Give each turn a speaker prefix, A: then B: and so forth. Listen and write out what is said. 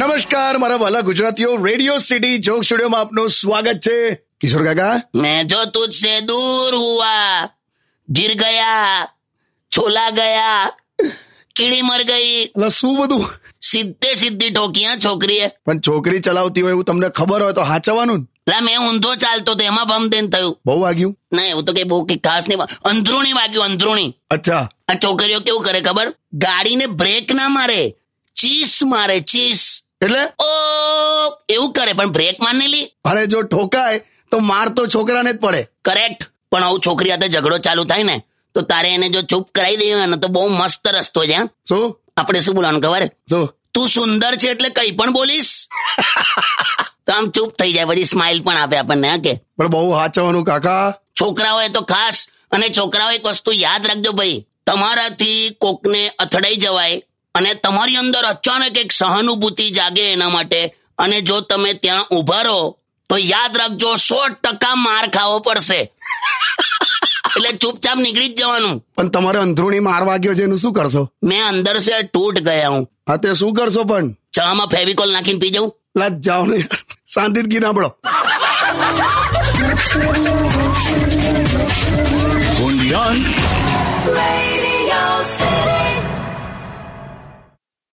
A: નમસ્કાર મારા વાલા ગુજરાતીઓ રેડિયો સિટી જોક સ્ટુડિયોમાં આપનું સ્વાગત છે કિશોર કાકા
B: मैं जो तुझसे दूर हुआ गिर गया छोला गया कीड़ी मर गई
A: એટલે શું બધું
B: સીધે સીધી ઠોકિયા છોકરીએ
A: પણ છોકરી ચલાવતી હોય એવું તમને ખબર હોય તો હાચવાનું ને
B: લા મેં ઊંધો ચાલતો તો એમાં બમ દેન થયું
A: બહુ વાગ્યું
B: ના એવું તો કઈ બહુ કઈ ખાસ નહીં વા- અંદરૂણી વાગ્યું અંદરૂણી
A: અચ્છા
B: આ છોકરીઓ કેવું કરે ખબર ગાડીને બ્રેક ના મારે ચીસ મારે ચીસ
A: એટલે
B: ઓ એવું કરે પણ બ્રેક માનેલી
A: અરે જો ઠોકાય તો માર તો છોકરાને જ પડે
B: કરેક્ટ પણ આવું છોકરી સાથે ઝઘડો ચાલુ થાય ને તો તારે એને જો ચૂપ કરાવી દેવાનો તો બહુ મસ્ત રસ્તો છે હા.
A: શું
B: આપણે શું બોલવાનું ખબર
A: શું
B: તું સુંદર છે એટલે કંઈ પણ બોલીશ તો આમ ચૂપ થઈ જાય પછી સ્માઇલ પણ આપે આપણને હા કે
A: પણ બહુ હાચવાનું કાકા
B: છોકરાઓએ તો ખાસ અને છોકરાઓ એક વસ્તુ યાદ રાખજો ભાઈ તમારાથી કોકને અથડાઈ જવાય અને તમારી અંદર અચાનક એક સહાનુભૂતિ જાગે એના માટે અને જો તમે ત્યાં ઊભા રહો તો યાદ રાખજો સો ટકા માર ખાવો પડશે એટલે ચૂપચાપ નીકળી જ જવાનું
A: પણ તમારે અંદરૂણી માર વાગ્યો છે એનું શું કરશો
B: મેં અંદર સે તૂટ ગયા હું
A: હા તે શું કરશો પણ
B: ચામાં ફેવિકોલ નાખીને પી જવું
A: લા જાઓ ને શાંતિથી ગીત સાંભળો
C: Radio City.